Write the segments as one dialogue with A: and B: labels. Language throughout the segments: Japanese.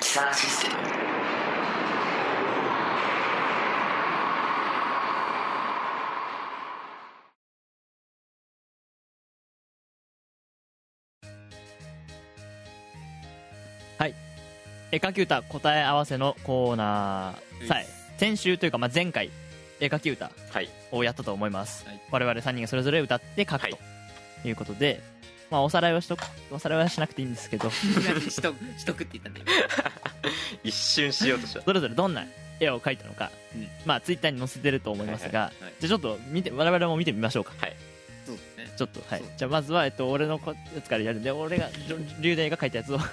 A: キサーシステム
B: 絵描き歌答え合わせのコーナーさえ先週というか、まあ、前回絵描き歌
A: はい
B: をやったと思います、
A: はい
B: 我々3人がそれぞれ歌って書く
A: はい
B: ということで、まあ、おさらいはしとくおさらいはしなくていいんですけど
C: しとしとくって言ったんだよ
A: 一瞬しようとした
B: それぞれどんな絵を描いたのか、
C: うん
B: まあ、ツイッターに載せてると思いますが、
A: いはい
B: じゃあちょっと見て我々も見てみましょうか
C: そうですね
B: ちょっとはい
C: そう
B: じゃあまずは、えっと、俺のこやつからやるんで俺がじょ龍大が描いたやつを
A: はい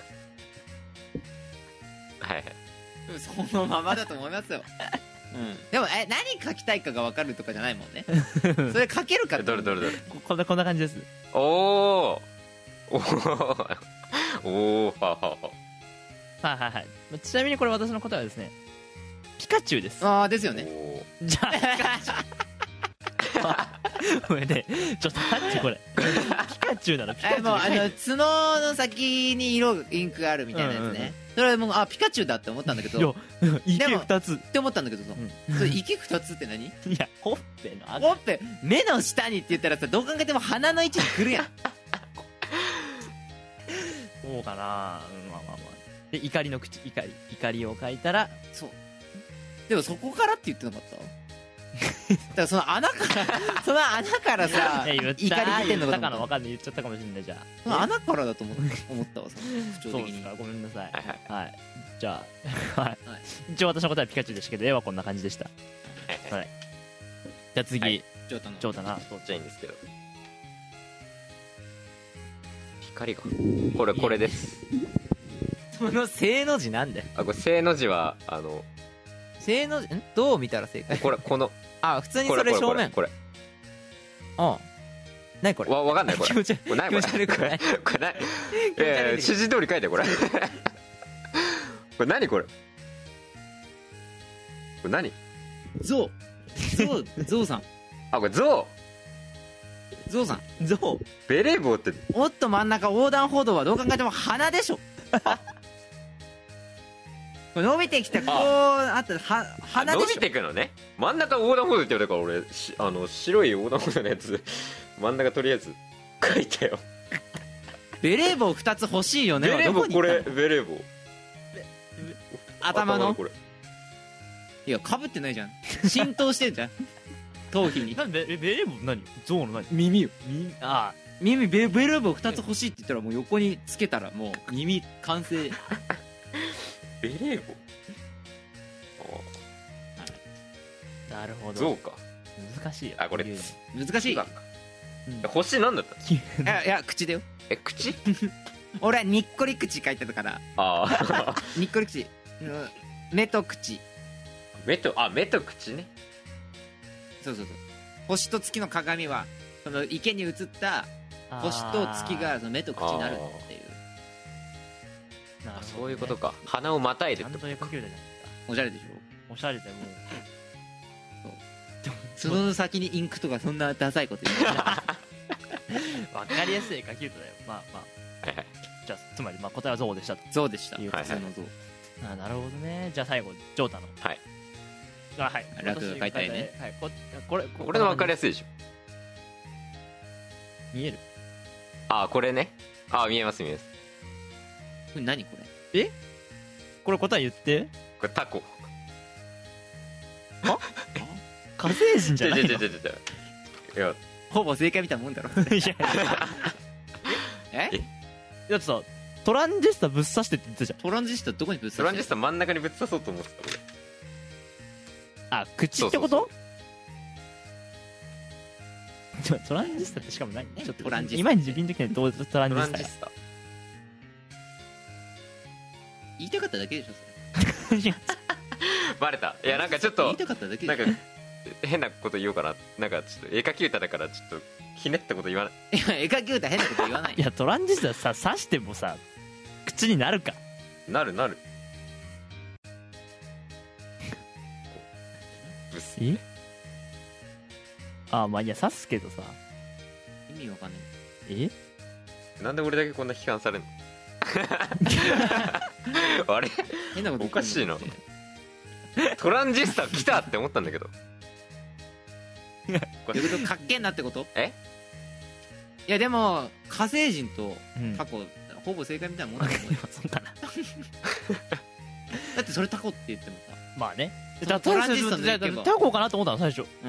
A: はい
C: でもそのままだと思いますよ
A: う
C: でもえ何書きたいかが分かるとかじゃないも んねそれ書けるか
A: んどれど
C: れ
A: れどれ
B: ここんなこんな感じです
A: おーおーおーははは
B: はいはいはいまあちなみにこれ私の答えはですねピカチュウです
C: ああですよね
A: おー
B: じゃあ これねちょっと待ってこれピカチュウなのピカチュ
C: え
B: ウ
C: もうあの角の先に色インクがあるみたいなやつね、
B: うんうんうん
C: それもうあピカチュウだって思ったんだけど
B: いや
C: っ
B: 池
C: でも
B: 二つ
C: て思ったんだけどさ、
B: うん
C: それ息二つって何
B: いやほっぺの
C: ほっぺ目の下にって言ったらさどう考えても鼻の位置に来るやん
B: そうかなうんまあまあまあで怒りの口怒り怒りを書いたら
C: そうでもそこからって言ってなかっただからその穴からその穴からさ
B: ね
C: 怒
B: 言
C: り
B: っ
C: 出
B: た
C: てん
B: 言っ
C: のか
B: た
C: と
B: かな
C: 思
B: わ
C: っ
B: かんない言っちゃったかもしれないじゃあ
C: たその穴からだと思思ったわその
B: そ
C: 不調
B: うで
C: 的
B: す
C: に
B: かごめんなさい
A: はいはい
B: はいじゃあ はい一応私の答えはピカチュウでしたけど絵はこんな感じでした
A: はい
B: はいじゃあ
A: は
B: 次
A: い
C: ちょっとの
B: ジョータな
A: どっちゃいいんですけど光がこれこれです
D: その正の字なんだよ
A: あこれ正の字はあの
D: 正の字んどう見たら正解
A: これこ の
D: あ普通に
A: こ
D: そ
A: れ
D: れ正
A: これ
D: 面
A: これ
D: うん何
A: こ
D: こ
A: れ
D: れ
A: わわかんない これ
D: 気持ち悪い
A: これない
D: 気
A: こ
D: 持
A: れ
D: ち悪くない
A: これ ない
D: 気持ち悪い
A: いやいや指示通り書いて これこれ何これこれ何
C: ゾウゾウゾウさん
A: あこれ象
C: ゾウさん
B: ゾウ
A: ベレー帽って
C: おっと真ん中横断歩道はどう考えても鼻でしょこれ伸びてきたこうあったは鼻で
A: 伸
C: し
A: び
C: ょ
A: てくのね真ん中横断歩道って言われたから俺しあの白い横断歩道のやつ 真ん中とりあえず書い たよ
C: ベレー帽2つ欲しいよね
A: ベレー
C: ど
A: 帽
C: こに行
A: こ
C: ったの
A: れベレー帽
C: 頭の
A: これ
C: いやかぶってないじゃん浸透してんじゃん頭皮 に
B: なんでベベレー帽何ゾウの何耳よ耳あ
C: 耳ベベレー帽2つ欲しいって言ったらもう横につけたらもう耳完成
A: ベレー帽
B: あなるほ
A: あ
B: ど
A: 象か
B: 難しいよ
A: あこれ
B: 言うの
C: 難しいい
A: 象か星なんだった
C: やいや口だよ
A: え口
C: 俺はにっこり口書いてたから
A: ああ
C: にっこり口うん目と口
A: 目とあ目と口ね
C: そうそうそう星と月の鏡はその池に映った
B: あー
C: 星と月がその目と口になるっていう
B: なるほどね
A: あそういうことか鼻をまたい
B: ち
A: で
B: ゃ
A: っ
B: ん
A: てこと
B: と絵描き歌じゃない
C: おしゃれでし
B: おしゃれだよもう
C: ょその先にインクとかそんなダサいこと言 うな
B: わかりやすい書き歌だよ。まあまあ。
A: はいはい
B: じゃあ、つまり、まあ、答えはそうでしたと。
C: 象でした
B: はい
A: はい
C: 普通の象
B: あなるほどね。じゃあ、最後、ジョータの。
A: はい。
B: あはい。
C: 楽が書いたよね
B: 私が書いた絵。はい。ここれ、
A: これの分かり
B: や
A: やすいでしょ
B: すい。見える。
A: あこれねあ見えます見えます
C: これ何これ
B: これ答え言って。
A: これタコ
B: 火星人じ
A: ち
B: ゃ
A: ょ
B: ない
A: ちょ
B: の
A: ちょちょちょいや
C: ほぼ正解みたいなも んだろ。
B: いや
C: え
B: だってさトランジスタぶっ刺してって言ってたじ
C: トランジスタどこにぶっ刺し
A: ト
C: て
A: ランジス
C: タ
A: タ真ん中にぶっ刺そうと思ってた俺
B: ゃんあ口ってこと
A: そう
B: ちょ トランジスタってしかも何
C: ちょっとトランジスタ
B: 今に自分の時にどうトランジ
A: トラ
B: ス
A: ン
B: タ
A: ジ
B: が
A: スタ
C: 言いたかっただけでしょ、それ
A: バレたいやなんかちょっ
C: 言
A: と
C: いたかっただけ
A: な
C: で
A: ん
C: し
A: か変なこと言おうかななんかちょっと絵描き歌だからちょっとひねったこと言わない
C: ょ。いや、絵描き歌変なこと言わない
B: い。やトランジスタさ刺してもさ口になるか
A: なるなるブス
B: えあまあいや刺すけどさ
C: 意味わかんない。
B: え
A: なんで俺だけこんな批判されんの あれ
C: 変なこと言ってんの
A: おかしいな
C: って
A: トランジスタ来たって思ったんだけど
C: どういうことかっけえなってこと
A: え
C: いやでも火星人と
B: うん
C: タコ、ほぼ正解みたいなもんだと 思うよ
B: そうかな
C: だってそれタコって言ってもさ
B: まあね
C: その
B: だ
C: トランジスタの
B: じゃあじゃあ
C: 行けば
B: タコかなと思ったの最初
C: う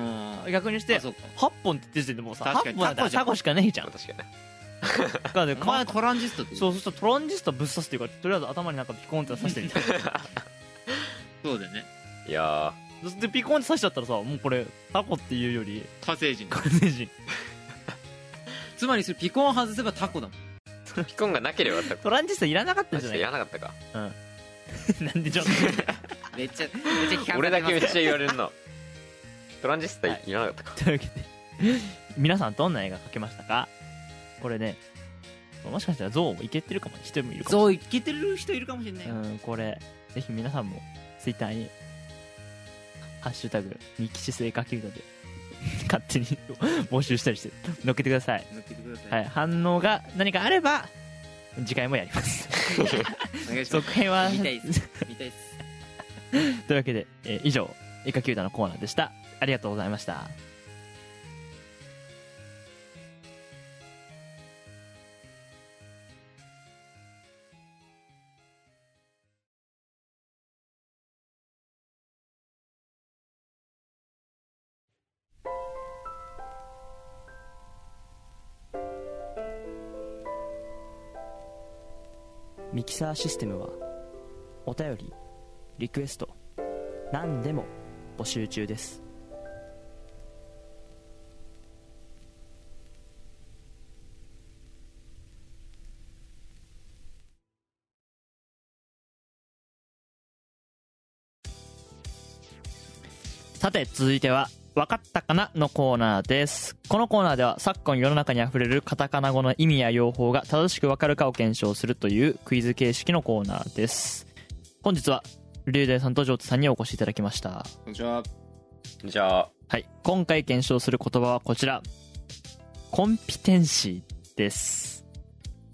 C: ん
B: 逆にし
C: で
B: て
C: そうか
B: 8本って言ってる時点でもうさ
C: 確か
B: 8
C: に
B: 本なん
C: タコ
B: だ
C: じゃん
B: タコしかねえじ ゃん
A: 確かにね
B: だからね
C: お前
B: か
C: トランジスタって
B: そううそしたらトランジスタぶっ刺すっていうからとりあえず頭になんかピコンって刺してみ た
C: そうだよね
A: いや
B: でピコンって刺しちゃったらさもうこれタコっていうより
C: 火星人
B: 火星人
C: つまりそれピコン外せばタコだもん
A: ーピコンがなければさ
B: トランジスタいらなかったん
A: マ
B: じ
A: ジ
B: ゃない
A: でや
B: から
A: なかったか
B: なんでちょっ
C: めっちゃめっちゃ批判されてます
A: 俺だけめっちゃ言われるなトランジスタいらなかっ
B: と
A: たか、
B: というわけで皆さんどんな絵が描けましたかこれねもしかしたらゾウもいけてるかもね人もいるかも
C: そういけてる人いるかもしれないよ
B: うんこれぜひ皆さんもツイッターに「ハッシュタグミキシス絵描き歌」で勝手に 募集したりして乗っけてください、
C: 乗っけてくださ
B: はいい、反応が何かあれば次回もやります
C: お願いしま
B: 続
C: す
B: 編は
C: 見たいです見たいです
B: というわけで、えー以上絵描き歌のコーナーでしたありがとうございましたミキサーシステムはお便りリクエスト何でも募集中ですさて続いては「分かったかな?」のコーナーですこのコーナーでは昨今世の中にあふれるカタカナ語の意味や用法が正しく分かるかを検証するというクイズ形式のコーナーです本日は龍大さんと城太さんにお越しいただきました
C: こんにちは
A: じゃあ
B: はい今回検証する言葉はこちらコンピテンシーです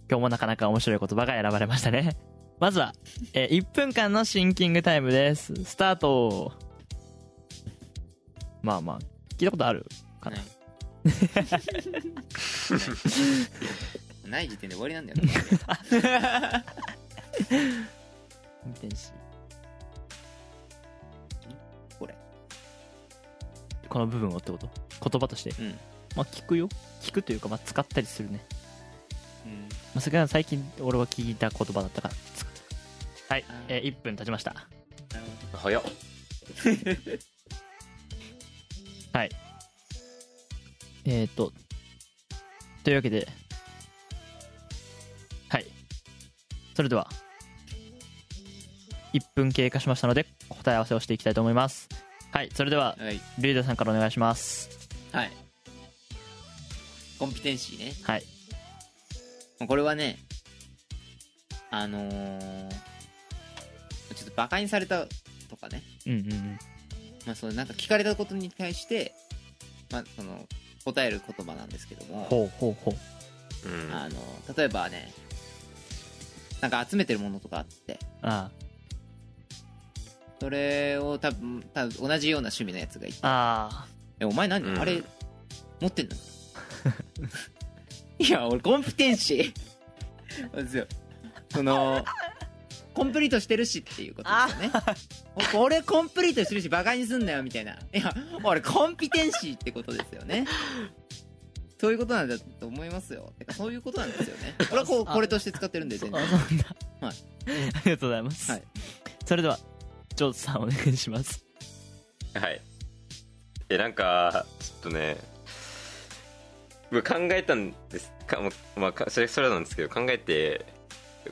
B: 今日もなかなか面白い言葉が選ばれましたね まずは、えー1分間のシンキングタイムですスタートまあまあ聞いたことあるかな
C: ないない時点で終わりなんだよ
B: コンピテンシー
C: これ
B: この部分をってこと言葉として
C: うん
B: まあ聞くよ聞くというかまあ使ったりするね
C: うん
B: まあ、それが最近俺は聞いた言葉だったから使ったはい、
C: あー
B: えー、1分経ちました
C: なるほ
A: 早
C: ど
A: っ
B: はいえっ、ー、とというわけではいそれでは1分経過しましたので答え合わせをしていきたいと思いますはいそれでは
C: はい
B: リーダーさんからお願いします
C: はいコンピテンシーね
B: はい
C: まあこれはねあのーちょっとバカにされたとかね、
B: うんうんうん
C: まあ、そうなんか聞かれたことに対して、まあ、その答える言葉なんですけども、
B: ほうほうほう
A: うん
C: あの例えばねなんか集めてるものとかあって
B: あ
C: それを多分多分同じような趣味のやつがいて
B: ああ
C: 「えお前何、
A: うん
C: あれ持ってんの? 」 いや俺コンピテンシーそうです よそのコンプリートしてるしっていうことですよねお俺コンプリートしてるしバカにすんなよみたいないや俺コンピテンシーってことですよねそういうことなんだと思いますよ。てかそういうことなんですよね。俺はこう、これとして使ってるんで、全 然。
B: ありがとうございます。
C: はい
B: それでは、ジョーズさんお願いします。
A: はい。え、なんか、ちょっとね、僕考えたんですか、もまあ、かそれそれなんですけど、考えて、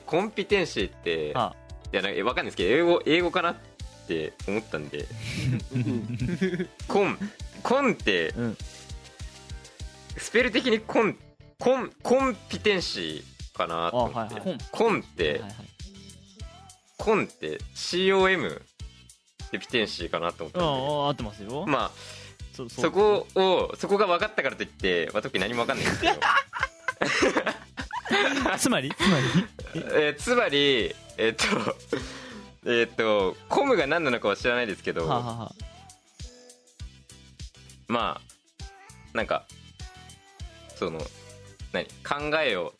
A: コンピテンシーって、
B: あ
A: いや、なんかえわかんないですけど、英語、英語かなって思ったんで、コン、コンって、
B: うん
A: スペル的にコン、コン、コンピテンシーかなと思って、
B: あはいはい
C: コン
A: コンって、
B: はいはい
A: コンって COM でピテンシーかなと
B: う
A: 思っ
B: ん、
A: たんで、
B: あ合ってますよ。
A: まあ、
B: そそ
A: そこをそこが分かったからといって、まあ、特に何も分かんないんですけど
B: つ まりつまり
A: えーつまりえーっと えーっとコムが何なのかは知らないですけ ど、
B: はあ、はあは
A: まあなんかその何考えを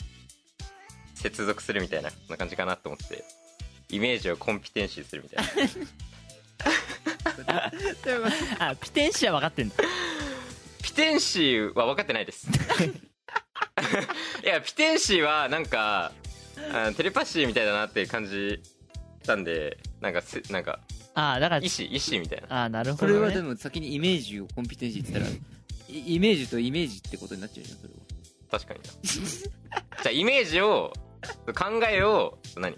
A: 接続するみたいなそんな感じかなと思ってイメージをコンピテンシーするみたいな
B: あ、あピテンシア分かってんだ。
A: ピテンシーは分かってないです いやピテンシーはなんかあテレパシーみたいだなって感じたんでなんかすなんか
B: ああ、だから
A: 意、思意思みたいな
B: ああ、なる
C: そ
B: ほ
C: れ
B: ど、
C: はで
B: ね。
C: も先にイメージをコンピテンシーって言ったら、イイメージとイメージってことになっちゃうじゃん、それは。
A: 確 かになじゃあイメージを考えを何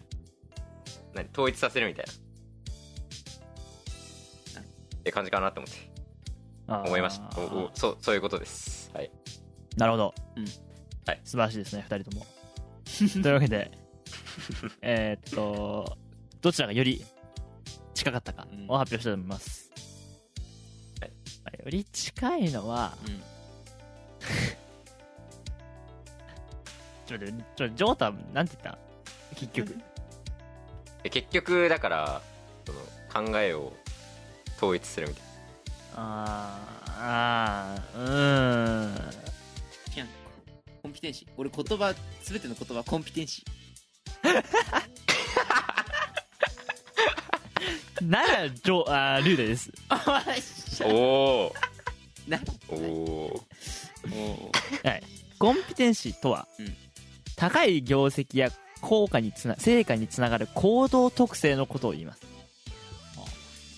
A: 何統一させるみたいなって感じかなと思って
B: あー
A: 思いましたおおそうそういうことですはい
B: なるほど。
C: うん
A: はい
B: 素晴らしいですね、二人とも。 というわけで、 えーっと、どちらがより近かったかを発表したいと思います。
A: はい
B: まあより近いのは、
C: うん
B: ちょっと待って、ちょっと、ジョータ、なんて言った結局。
A: で結局だからその考えを統一するみたい
B: あー、あー、うーん。
C: いやコンピテンシー。俺言葉、すべての言葉、コンピテンシ
B: なら、ジョー、あー、リュウダイです。
C: ー。
A: なお
C: な
A: おおー
C: お
B: はい。コンピテンシーとは、
C: うん
B: 高い業績や効果につな、成果につながる行動特性のことを言います。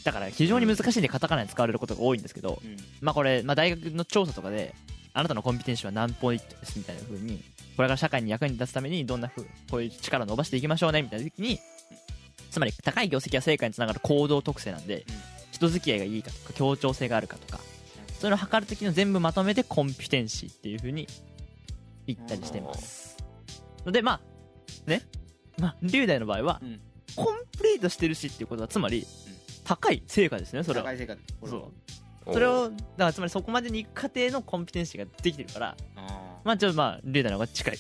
B: だから非常に難しいんでカタカナに使われることが多いんですけど、
C: うん。
B: まあこれ、まあ大学の調査とかで、あなたのコンピテンシーは何ポイントですみたいな風に、これから社会に役に立つためにどんな風、こういう力を伸ばしていきましょうねみたいな時に、つまり高い業績や成果につながる行動特性なんで、
C: うん
B: 人付き合いがいいかとか、協調性があるかとか、そういうのを測る時の全部まとめてコンピテンシーっていう風に言ったりしてます。ので、まあ、ね、まあ、龍大の場合は、
C: うん
B: コンプリートしてるしっていうことは、つまり、高い成果ですね、それは
C: 社。会生活。これは
B: そう
A: おー
B: それをだからつまりそこまでに行く過程のコンピテンシーができてるから
C: あー
B: まあちょっとまあリュウダの方が 近い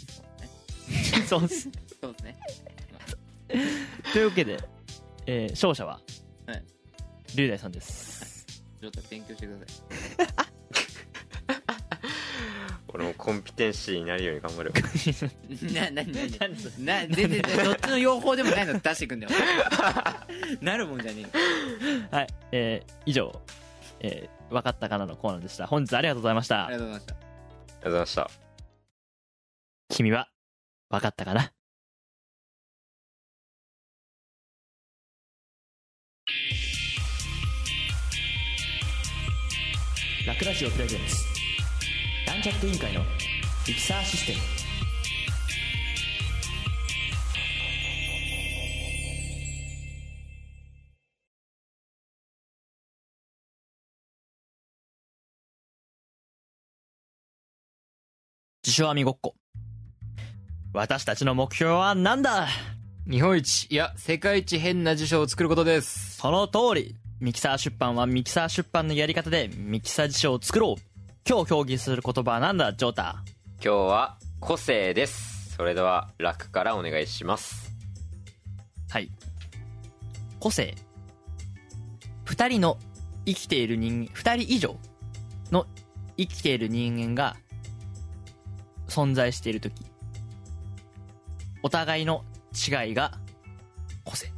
B: そうっす
C: そうですね。
B: というわけで、えー勝者は、
C: はい
B: リュウダイさんです
C: ちょっと勉強してくださ
A: 俺もコンピテンシーになるように頑 張るわ
C: い。 な、なになに
B: 何それ
C: な、全然、どっちの用法でもないの出して くんだよ。なるもんじゃねえよ。
B: はいえー以上、えー、分かったかなのコーナーでした本日ありがとうございまし
C: あ
B: た
C: りがとうございました。
A: ありがとうございました
B: 君は分かったかなラクラジオプレゼンツランチャット委員会のミキサーシステム自称網ごっこ私たちの目標は何だ
D: 日本一、いや、世界一変な辞書を作ることです。
B: その通りミキサー出版はミキサー出版のやり方でミキサー辞書を作ろう今日協議する言葉は何だジョータ
A: 今日は個性ですそれでは楽からお願いします
B: はい個性2人の生きている人間2人以上の生きている人間が存在している時お互いの違いが個性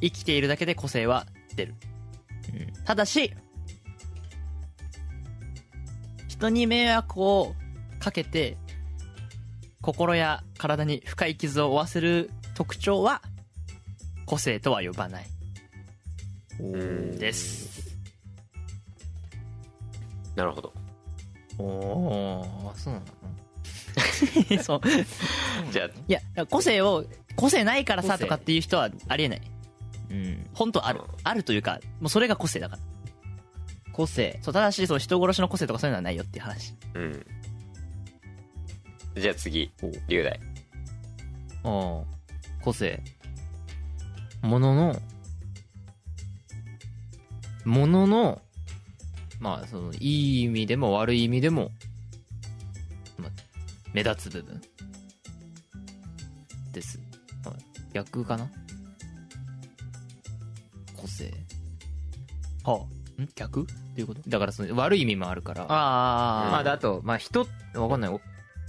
B: 生きているだけで個性は出る、ただし人に迷惑をかけて心や体に深い傷を負わせる特徴は個性とは呼ばない
A: うん
B: です
A: なるほど
B: おおそうなの そう
A: じゃあ
B: いや個性を個性ないから
C: 個
B: さ
C: 性
B: とかっていう人はありえない
C: うん
B: 本当はある
A: うん
B: あるというかもうそれが個性だから
C: 個性
B: そうただしそう人殺しの個性とかそういうのはないよっていう話
A: うんじゃあ次
C: お
A: 龍大
C: あ個性
D: もののもののまあそのいい意味でも悪い意味でも、まあ、目立つ部分です、はい逆かな個性
B: はあん逆っていうこと
D: だからその悪い意味もあるから
B: あ
D: まあであとまあ人わかんないお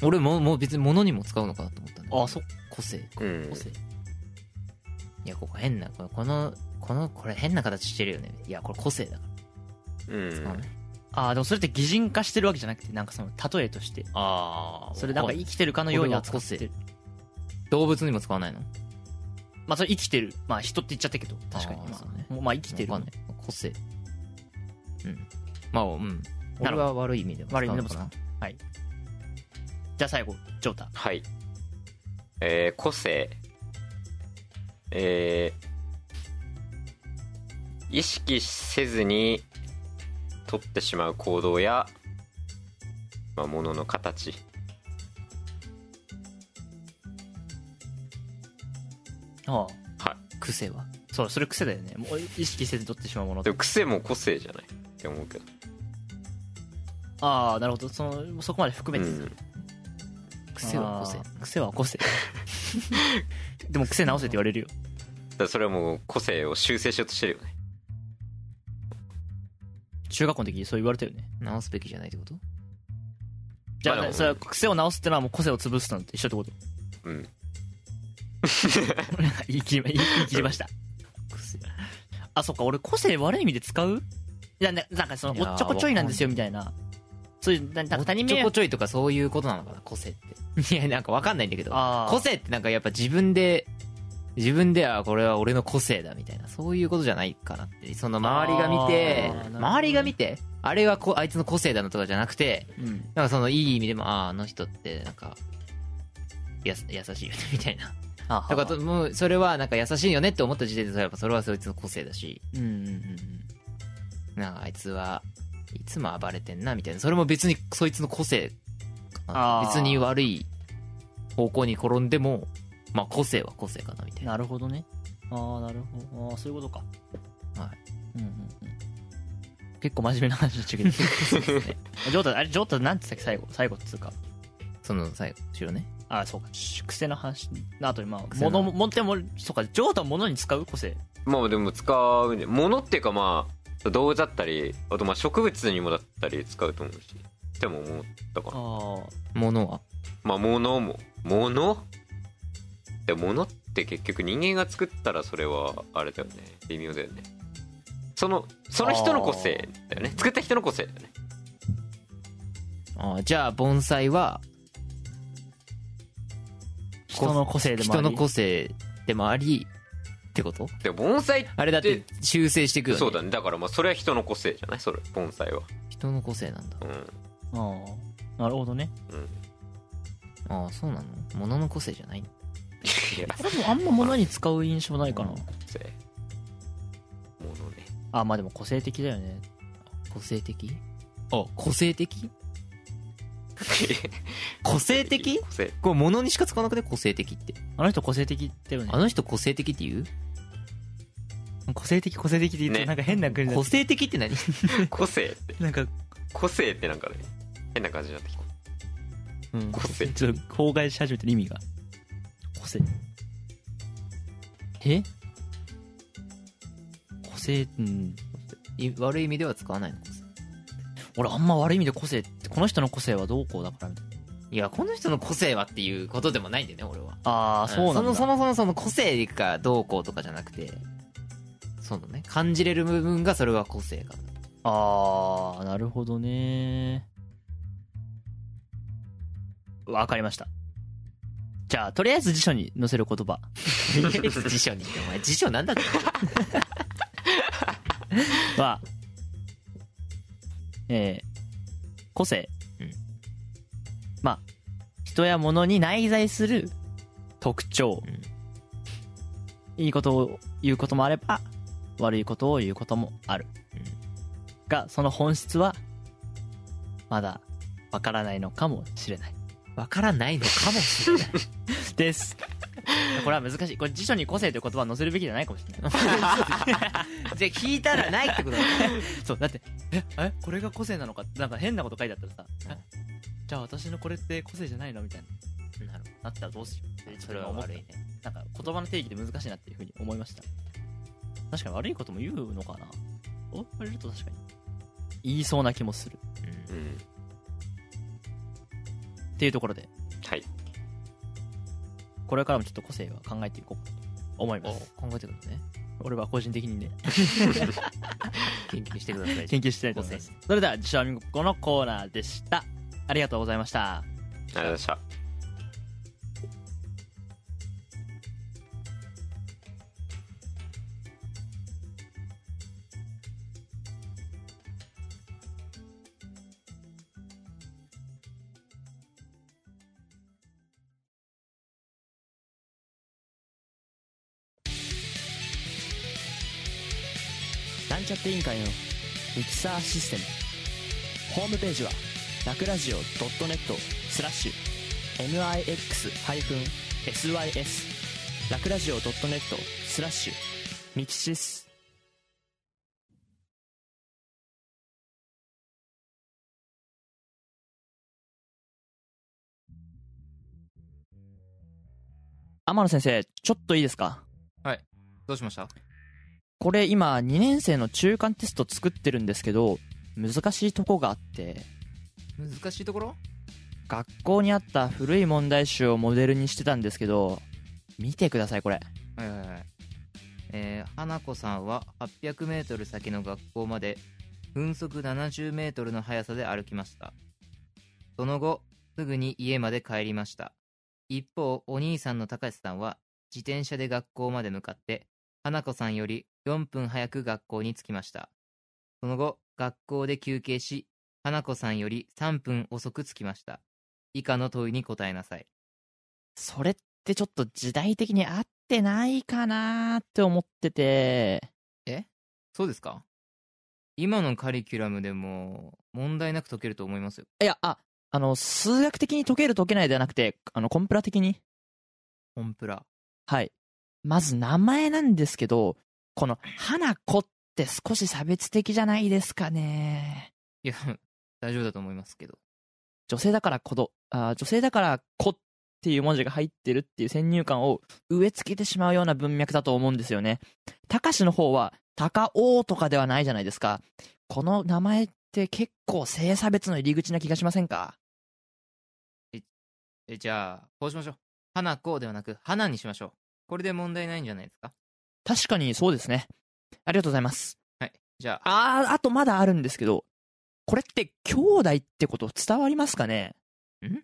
D: 俺ももう別に物にも使うのかなと思ったんだけど
B: あそっ
D: 個性
A: うん
B: 個性
D: いやここ変なこれこのこのこれ変な形してるよねいやこれ個性だか
A: うん
D: ら、あ
B: ああでもそれって擬人化してるわけじゃなくてなんかその例えとして
D: あー
B: それなんか生きてるかのように扱ってる
D: 動物にも使わないの
B: まあそれ生きてるまあ人って言っちゃったけど確かに
D: あー
B: ま
D: そうね
B: あ、もうまあ生きてる
D: わかんない個性うんまあうん
B: な
D: 俺
B: るほど
D: は悪い意味でも使う
B: 悪い
D: のか
B: 意味でも
D: な
B: じゃあ最後ジョータ
A: はいえー、個性えー、意識せずに取ってしまう行動や、まあ、ものの形
B: ああ
D: 癖は
B: そうそれ癖だよねもう意識せず取ってしまうもの
A: でも癖も個性じゃないって思うけど
B: ああなるほどそのそこまで含めて、
A: うん
D: 癖は個性
B: あー癖は 個性でも癖直せって言われるよ
A: だからそれはもう個性を修正しようとしてるよね
B: 中学校の時にそう言われたよね
D: 直すべきじゃないってこと
B: じゃあ、
A: まあでも
B: それは癖を直すってのはもう個性を潰すのと一緒ってこと
A: うん
B: 言い切りま言い言い切りました
D: 癖
B: あそっか俺個性悪い意味で使ういやななんかその
D: いやー
B: おっちょこちょいなんですよみたいなそういうななんか他人
D: ち
B: 迷
D: ょこ
B: 惑
D: ちょいとかそういうことなのかな個性っていやなんかわかんないんだけど
B: あー
D: 個性ってなんかやっぱ自分で自分ではこれは俺の個性だみたいなそういうことじゃないかなってその周りが見
B: あー
D: て
B: なるほどね
D: 周りが見てあれはこあいつの個性だなとかじゃなくて
B: うん
D: なんかそのいい意味でもあああの人ってなんかやす優しいよねみたいな
B: あは
D: だからともうそれはなんか優しいよねって思った時点でそれはそれはそいつの個性だし
B: うんうんうん
D: なんかあいつはいつも暴れてんなみたいなそれも別にそいつの個性かな
B: あー
D: 別に悪い方向に転んでもまあ個性は個性かなみたいな
B: なるほどねああなるほどああそういうことか
D: は
B: う
D: い
B: んうんうん結構真面目な話だった けど ジョータあれジョータなんて言ったっけ最後最後っつうか
D: その最後後ろね
B: ああそうかし癖の話あとまあ
D: の
B: 物ももでもそうかジョータは物に使う個性
A: まあでも使うんで物っていうかまあ動物だったりあとまあ植物にもだったり使うと思うしでも思ったから
B: ああ
D: ものは
A: まあ物も物で物って結局人間が作ったらそれはあれだよね微妙だよねそのその人の個性だよね作った人の個性だよね
D: あーじゃあ盆栽は
B: 人の個性でもあ
D: 人
B: り
D: の個性でもありってこと
A: で盆栽って
D: あれだって修正していくよね
A: そうだねだからまあそれは人の個性じゃないそれ盆栽は
D: 人の個性なんだ
A: うん
B: ああなるほどね
A: うん
D: ああそうなのものの個性じゃない
A: いや
B: でもあんま物に使う印象ないかな
A: 個性物ね
B: あまあでも個性的だよね
D: 個性的あ個 性的個性的
A: 個性
D: これ物にしか使わなくて個性的って
B: あの人個性的だよね
D: あの人個性的って言う
B: 個性的個性的って言って
A: ね
B: なんか変な国だ
D: 個性的って何
A: 個性って
B: なんか
A: 個性ってなんかね変な感じになってきた
B: うん
A: 個性
B: ちょっと公害し始めてる意味が個性
D: え
B: 個性うん
D: い悪い意味では使わないの個性
B: 俺あんま悪い意味で個性ってこの人の個性はどうこうだからみたい
D: いやこの人の個性はっていうことでもないんだよね俺は
B: なああそうなん
D: の
B: だ
D: そもそもその個性がどうこうとかじゃなくてそうだね感じれる部分がそれは個性 か
B: ああなるほどねわかりました。じゃあ、とりあえず辞書に載せる言葉。
D: 辞書に。お前、辞書なんだって。
B: は、えー個性。
D: うん
B: まあ、人や物に内在する特徴。
D: うん
B: いいことを言うこともあれば、悪いことを言うこともある。
D: うん
B: が、その本質は、まだ、わからないのかもしれない。
D: わからないのかも しれない。
B: です。 これは難しい。これ辞書に個性という言葉を載せるべきじゃないかもしれない。
D: じゃあ聞いたらないってことだ
B: そうだってええこれが個性なのかってなんか変なこと書いてあったらさ、えじゃあ私のこれって個性じゃないのみたいな
D: なる
B: なったらどうしよう
D: それは悪いね。
B: なんか言葉の定義って難しいなっていうふうに思いました確かに悪いことも言うのかなおあれると確かに言いそうな気もする
D: うん
A: ん
B: っていうところで
A: はい
B: これからもちょっと個性は考えていこうかなと思います
D: 考えてくださいね。
B: 俺は個人的にね
D: 研究してください。
B: 研究したいと思いますそれでは自称民国語のコーナーでしたありがとうございました
A: ありがとうございました
E: なんちゃって委員会のミキサーシステムホームページはラクラジオ .net スラッシュ mix-sys ラクラジオ .net スラッシュミキシス
B: 天野先生ちょっといいですか
D: どうしました
B: これ今2年生の中間テスト作ってるんですけど難しいとこがあって
D: 難しいところ
B: 学校にあった古い問題集をモデルにしてたんですけど見てくださいこれ
D: はいはいはい。えー、花子さんは800メートル先の学校まで分速70メートルの速さで歩きました。その後、すぐに家まで帰りました。一方、お兄さんの高橋さんは自転車で学校まで向かって、花子さんより4分早く学校に着きました。その後、学校で休憩し、花子さんより3分遅く着きました。以下の問いに答えなさい。
B: それってちょっと時代的に合ってないかなーって思ってて
D: そうですか今のカリキュラムでも問題なく解けると思いますよ。
B: いやああの数学的に解ける解けないではなくてあのコンプラ的に
D: コンプラ。
B: はいまず名前なんですけどこの「花子」って少し差別的じゃないですかね
D: いや、大丈夫だと思いますけど。
B: 女性だから子どあー女性だから子っていう文字が入ってるっていう先入観を植え付けてしまうような文脈だと思うんですよね。たかしの方は高尾とかではないじゃないですか。この名前って結構性差別の入り口な気がしませんか
D: え、じゃあ、こうしましょう。花子ではなく、花にしましょう。これで問題ないんじゃないですか
B: 確かにそうですね。ありがとうございます。
D: じゃあ、
B: あー、あとまだあるんですけど、これって兄弟ってこと伝わりますかね
D: ん
B: い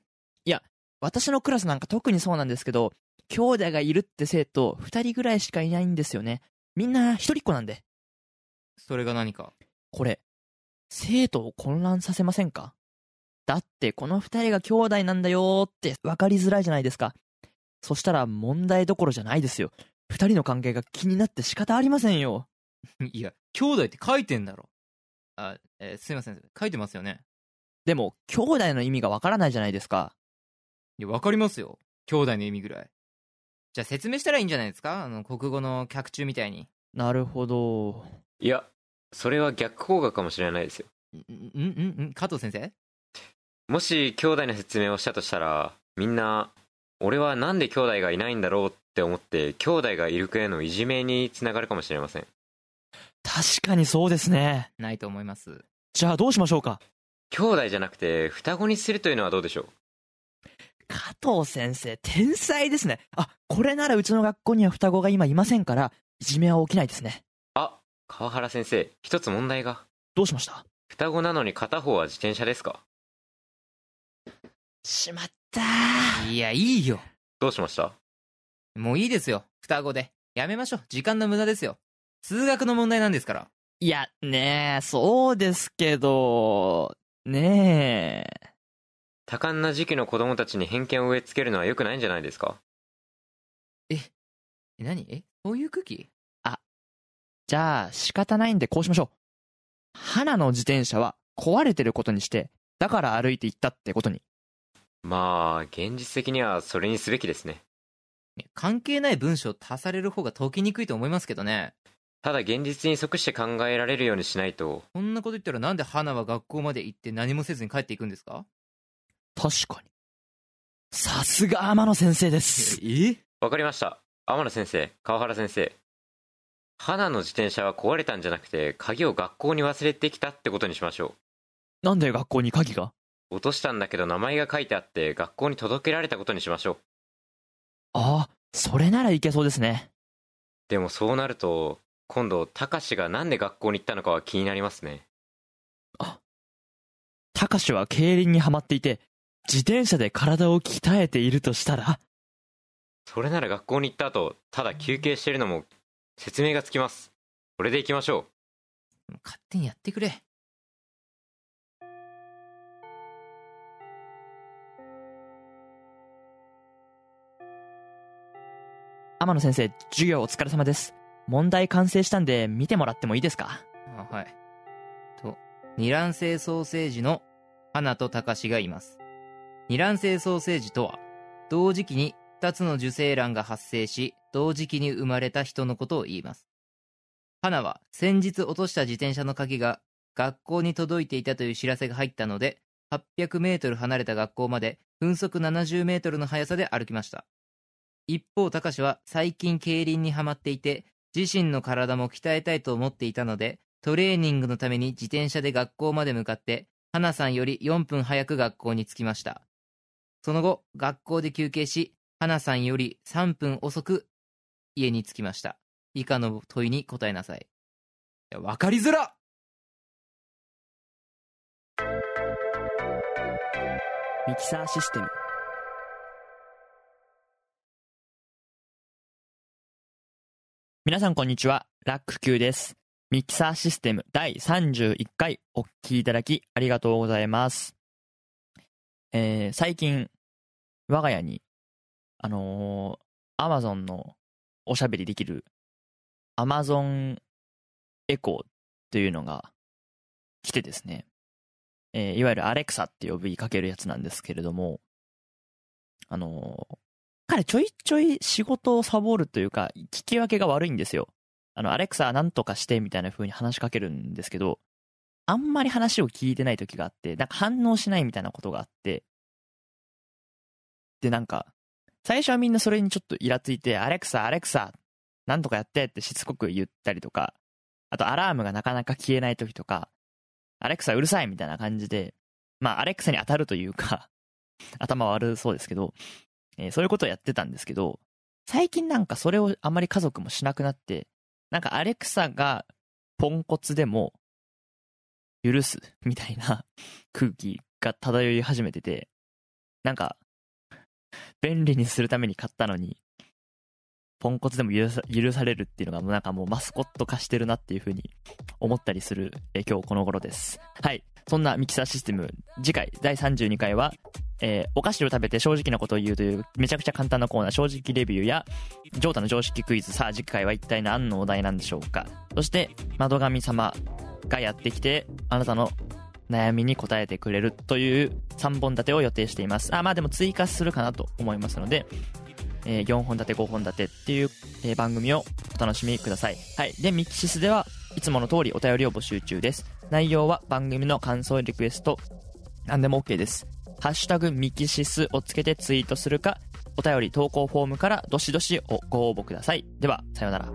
B: や、私のクラスなんか特にそうなんですけど、兄弟がいるって生徒2人ぐらいしかいないんですよね。みんな一人っ子なんで。
D: それが何か。
B: これ、生徒を混乱させませんかだってこの2人が兄弟なんだよーって分かりづらいじゃないですか。そしたら問題どころじゃないですよ。2人の関係が気になって仕方ありませんよ。
D: いや、兄弟って書いてんだろ。あ、えーすいません。書いてますよね。
B: でも、兄弟の意味がわからないじゃないですか。
D: いや、わかりますよ。兄弟の意味ぐらい。じゃあ説明したらいいんじゃないですかあの、国語の客中みたいに。
B: なるほど。
A: いやそれは逆効果かもしれないですよ
D: ん、ん、ん、ん、加藤先生
A: もし兄弟の説明をしたとしたらみんな俺はなんで兄弟がいないんだろうって思って兄弟がいるくへのいじめにつながるかもしれません
B: 確かにそうですね。
D: ないと思います。
B: じゃあどうしましょうか。
A: 兄弟じゃなくて双子にするというのはどうでしょう
B: 加藤先生、天才ですね。あ、これならうちの学校には双子が今いませんから、いじめは起きないですね。
A: あ川原先生一つ問題が
B: どうしました
A: 双子なのに片方は自転車ですか
B: しまった
D: いや、いいよ。
A: どうしました
D: もういいですよ。双子で。やめましょう。時間の無駄ですよ。数学の問題なんですから。
B: いや、ねえ、そうですけど、ねえ。
A: 多感な時期の子供たちに偏見を植え付けるのは良くないんじゃないですか
D: え、何え、そういう空気
B: じゃあ仕方ないんでこうしましょう。花の自転車は壊れてることにして、だから歩いて行ったってことに。
A: まあ、現実的にはそれにすべきですね。
D: いや関係ない文章を足される方が解きにくいと思いますけどね。
A: ただ現実に即して考えられるようにしないと、
D: こんなこと言ったらなんで花は学校まで行って何もせずに帰っていくんですか
B: 確かに。さすが天野先生です。
D: え
A: わかりました。天野先生、川原先生。花の自転車は壊れたんじゃなくて、鍵を学校に忘れてきたってことにしましょ
B: なんで学校に鍵が
A: う。落としたんだけど名前が書いてあって、学校に届けられたことにしましょう。
B: ああ、それならいけそうですね。
A: でもそうなると、今度、たかしがなんで学校に行ったのかは気になりますね。
B: たかしは競輪にはまっていて、自転車で体を鍛えているとしたら、
A: それなら学校に行った後、ただ休憩してるのも説明がつきます。これで行きましょう。
D: 勝手にやってくれ。
B: 天野先生、授業お疲れ様です。問題完成したんで見てもらってもいいですか
D: あはい。と、二卵性ソーセージの花と高しがいます。二卵性ソーセージとは、同時期に2つの受精卵が発生し、同時期に生まれた人のことを言います。花は先日落とした自転車の鍵が学校に届いていたという知らせが入ったので、800メートル離れた学校まで分速70メートルの速さで歩きました。一方、高しは最近競輪にはまっていて、自身の体も鍛えたいと思っていたので、トレーニングのために自転車で学校まで向かって、花さんより4分早く学校に着きました。その後、学校で休憩し、花さんより3分遅く家に着きました。以下の問いに答えなさい。いやわかりづら
B: ミキサーシステム。皆さんこんにちは、ラック Q です。ミキサーシステム第31回お聞きいただきありがとうございます。えー、最近、我が家に、あのー、Amazon のおしゃべりできる Amazon エコーというのが来てですね。えーいわゆるアレクサって呼びかけるやつなんですけれども、あのー彼ちょいちょい仕事をサボるというか、聞き分けが悪いんですよ。あの、アレクサなんとかしてみたいな風に話しかけるんですけど、あんまり話を聞いてない時があって、なんか反応しないみたいなことがあって、で、なんか、最初はみんなそれにちょっとイラついて、アレクサ、アレクサ、なんとかやってってしつこく言ったりとか、あとアラームがなかなか消えない時とか、アレクサうるさいみたいな感じで、まあ、アレクサに当たるというか、 頭悪そうですけど、えーそういうことをやってたんですけど、最近なんかそれをあまり家族もしなくなって、なんかアレクサがポンコツでも許すみたいな 空気が漂い始めてて、なんか、便利にするために買ったのに、ポンコツでも許さ許されるっていうのが、もうなんかもうマスコット化してるなっていう風に思ったりする、えー今日この頃です。はい。そんなミキサーシステム、次回第32回は、えーお菓子を食べて正直なことを言うというめちゃくちゃ簡単なコーナー、正直レビューや、ジョータの常識クイズ、さあ次回は一体何のお題なんでしょうか。そして、窓神様がやってきて、あなたの悩みに答えてくれるという3本立てを予定しています。あ、まあでも追加するかなと思いますので、え4本立て5本立てっていう、えー番組をお楽しみください。はい。で、ミキシスではいつもの通りお便りを募集中です。内容は番組の感想、リクエスト、何でも OK です。ハッシュタグミキシスをつけてツイートするか、お便り投稿フォームからどしどしおご応募ください。では、さようなら。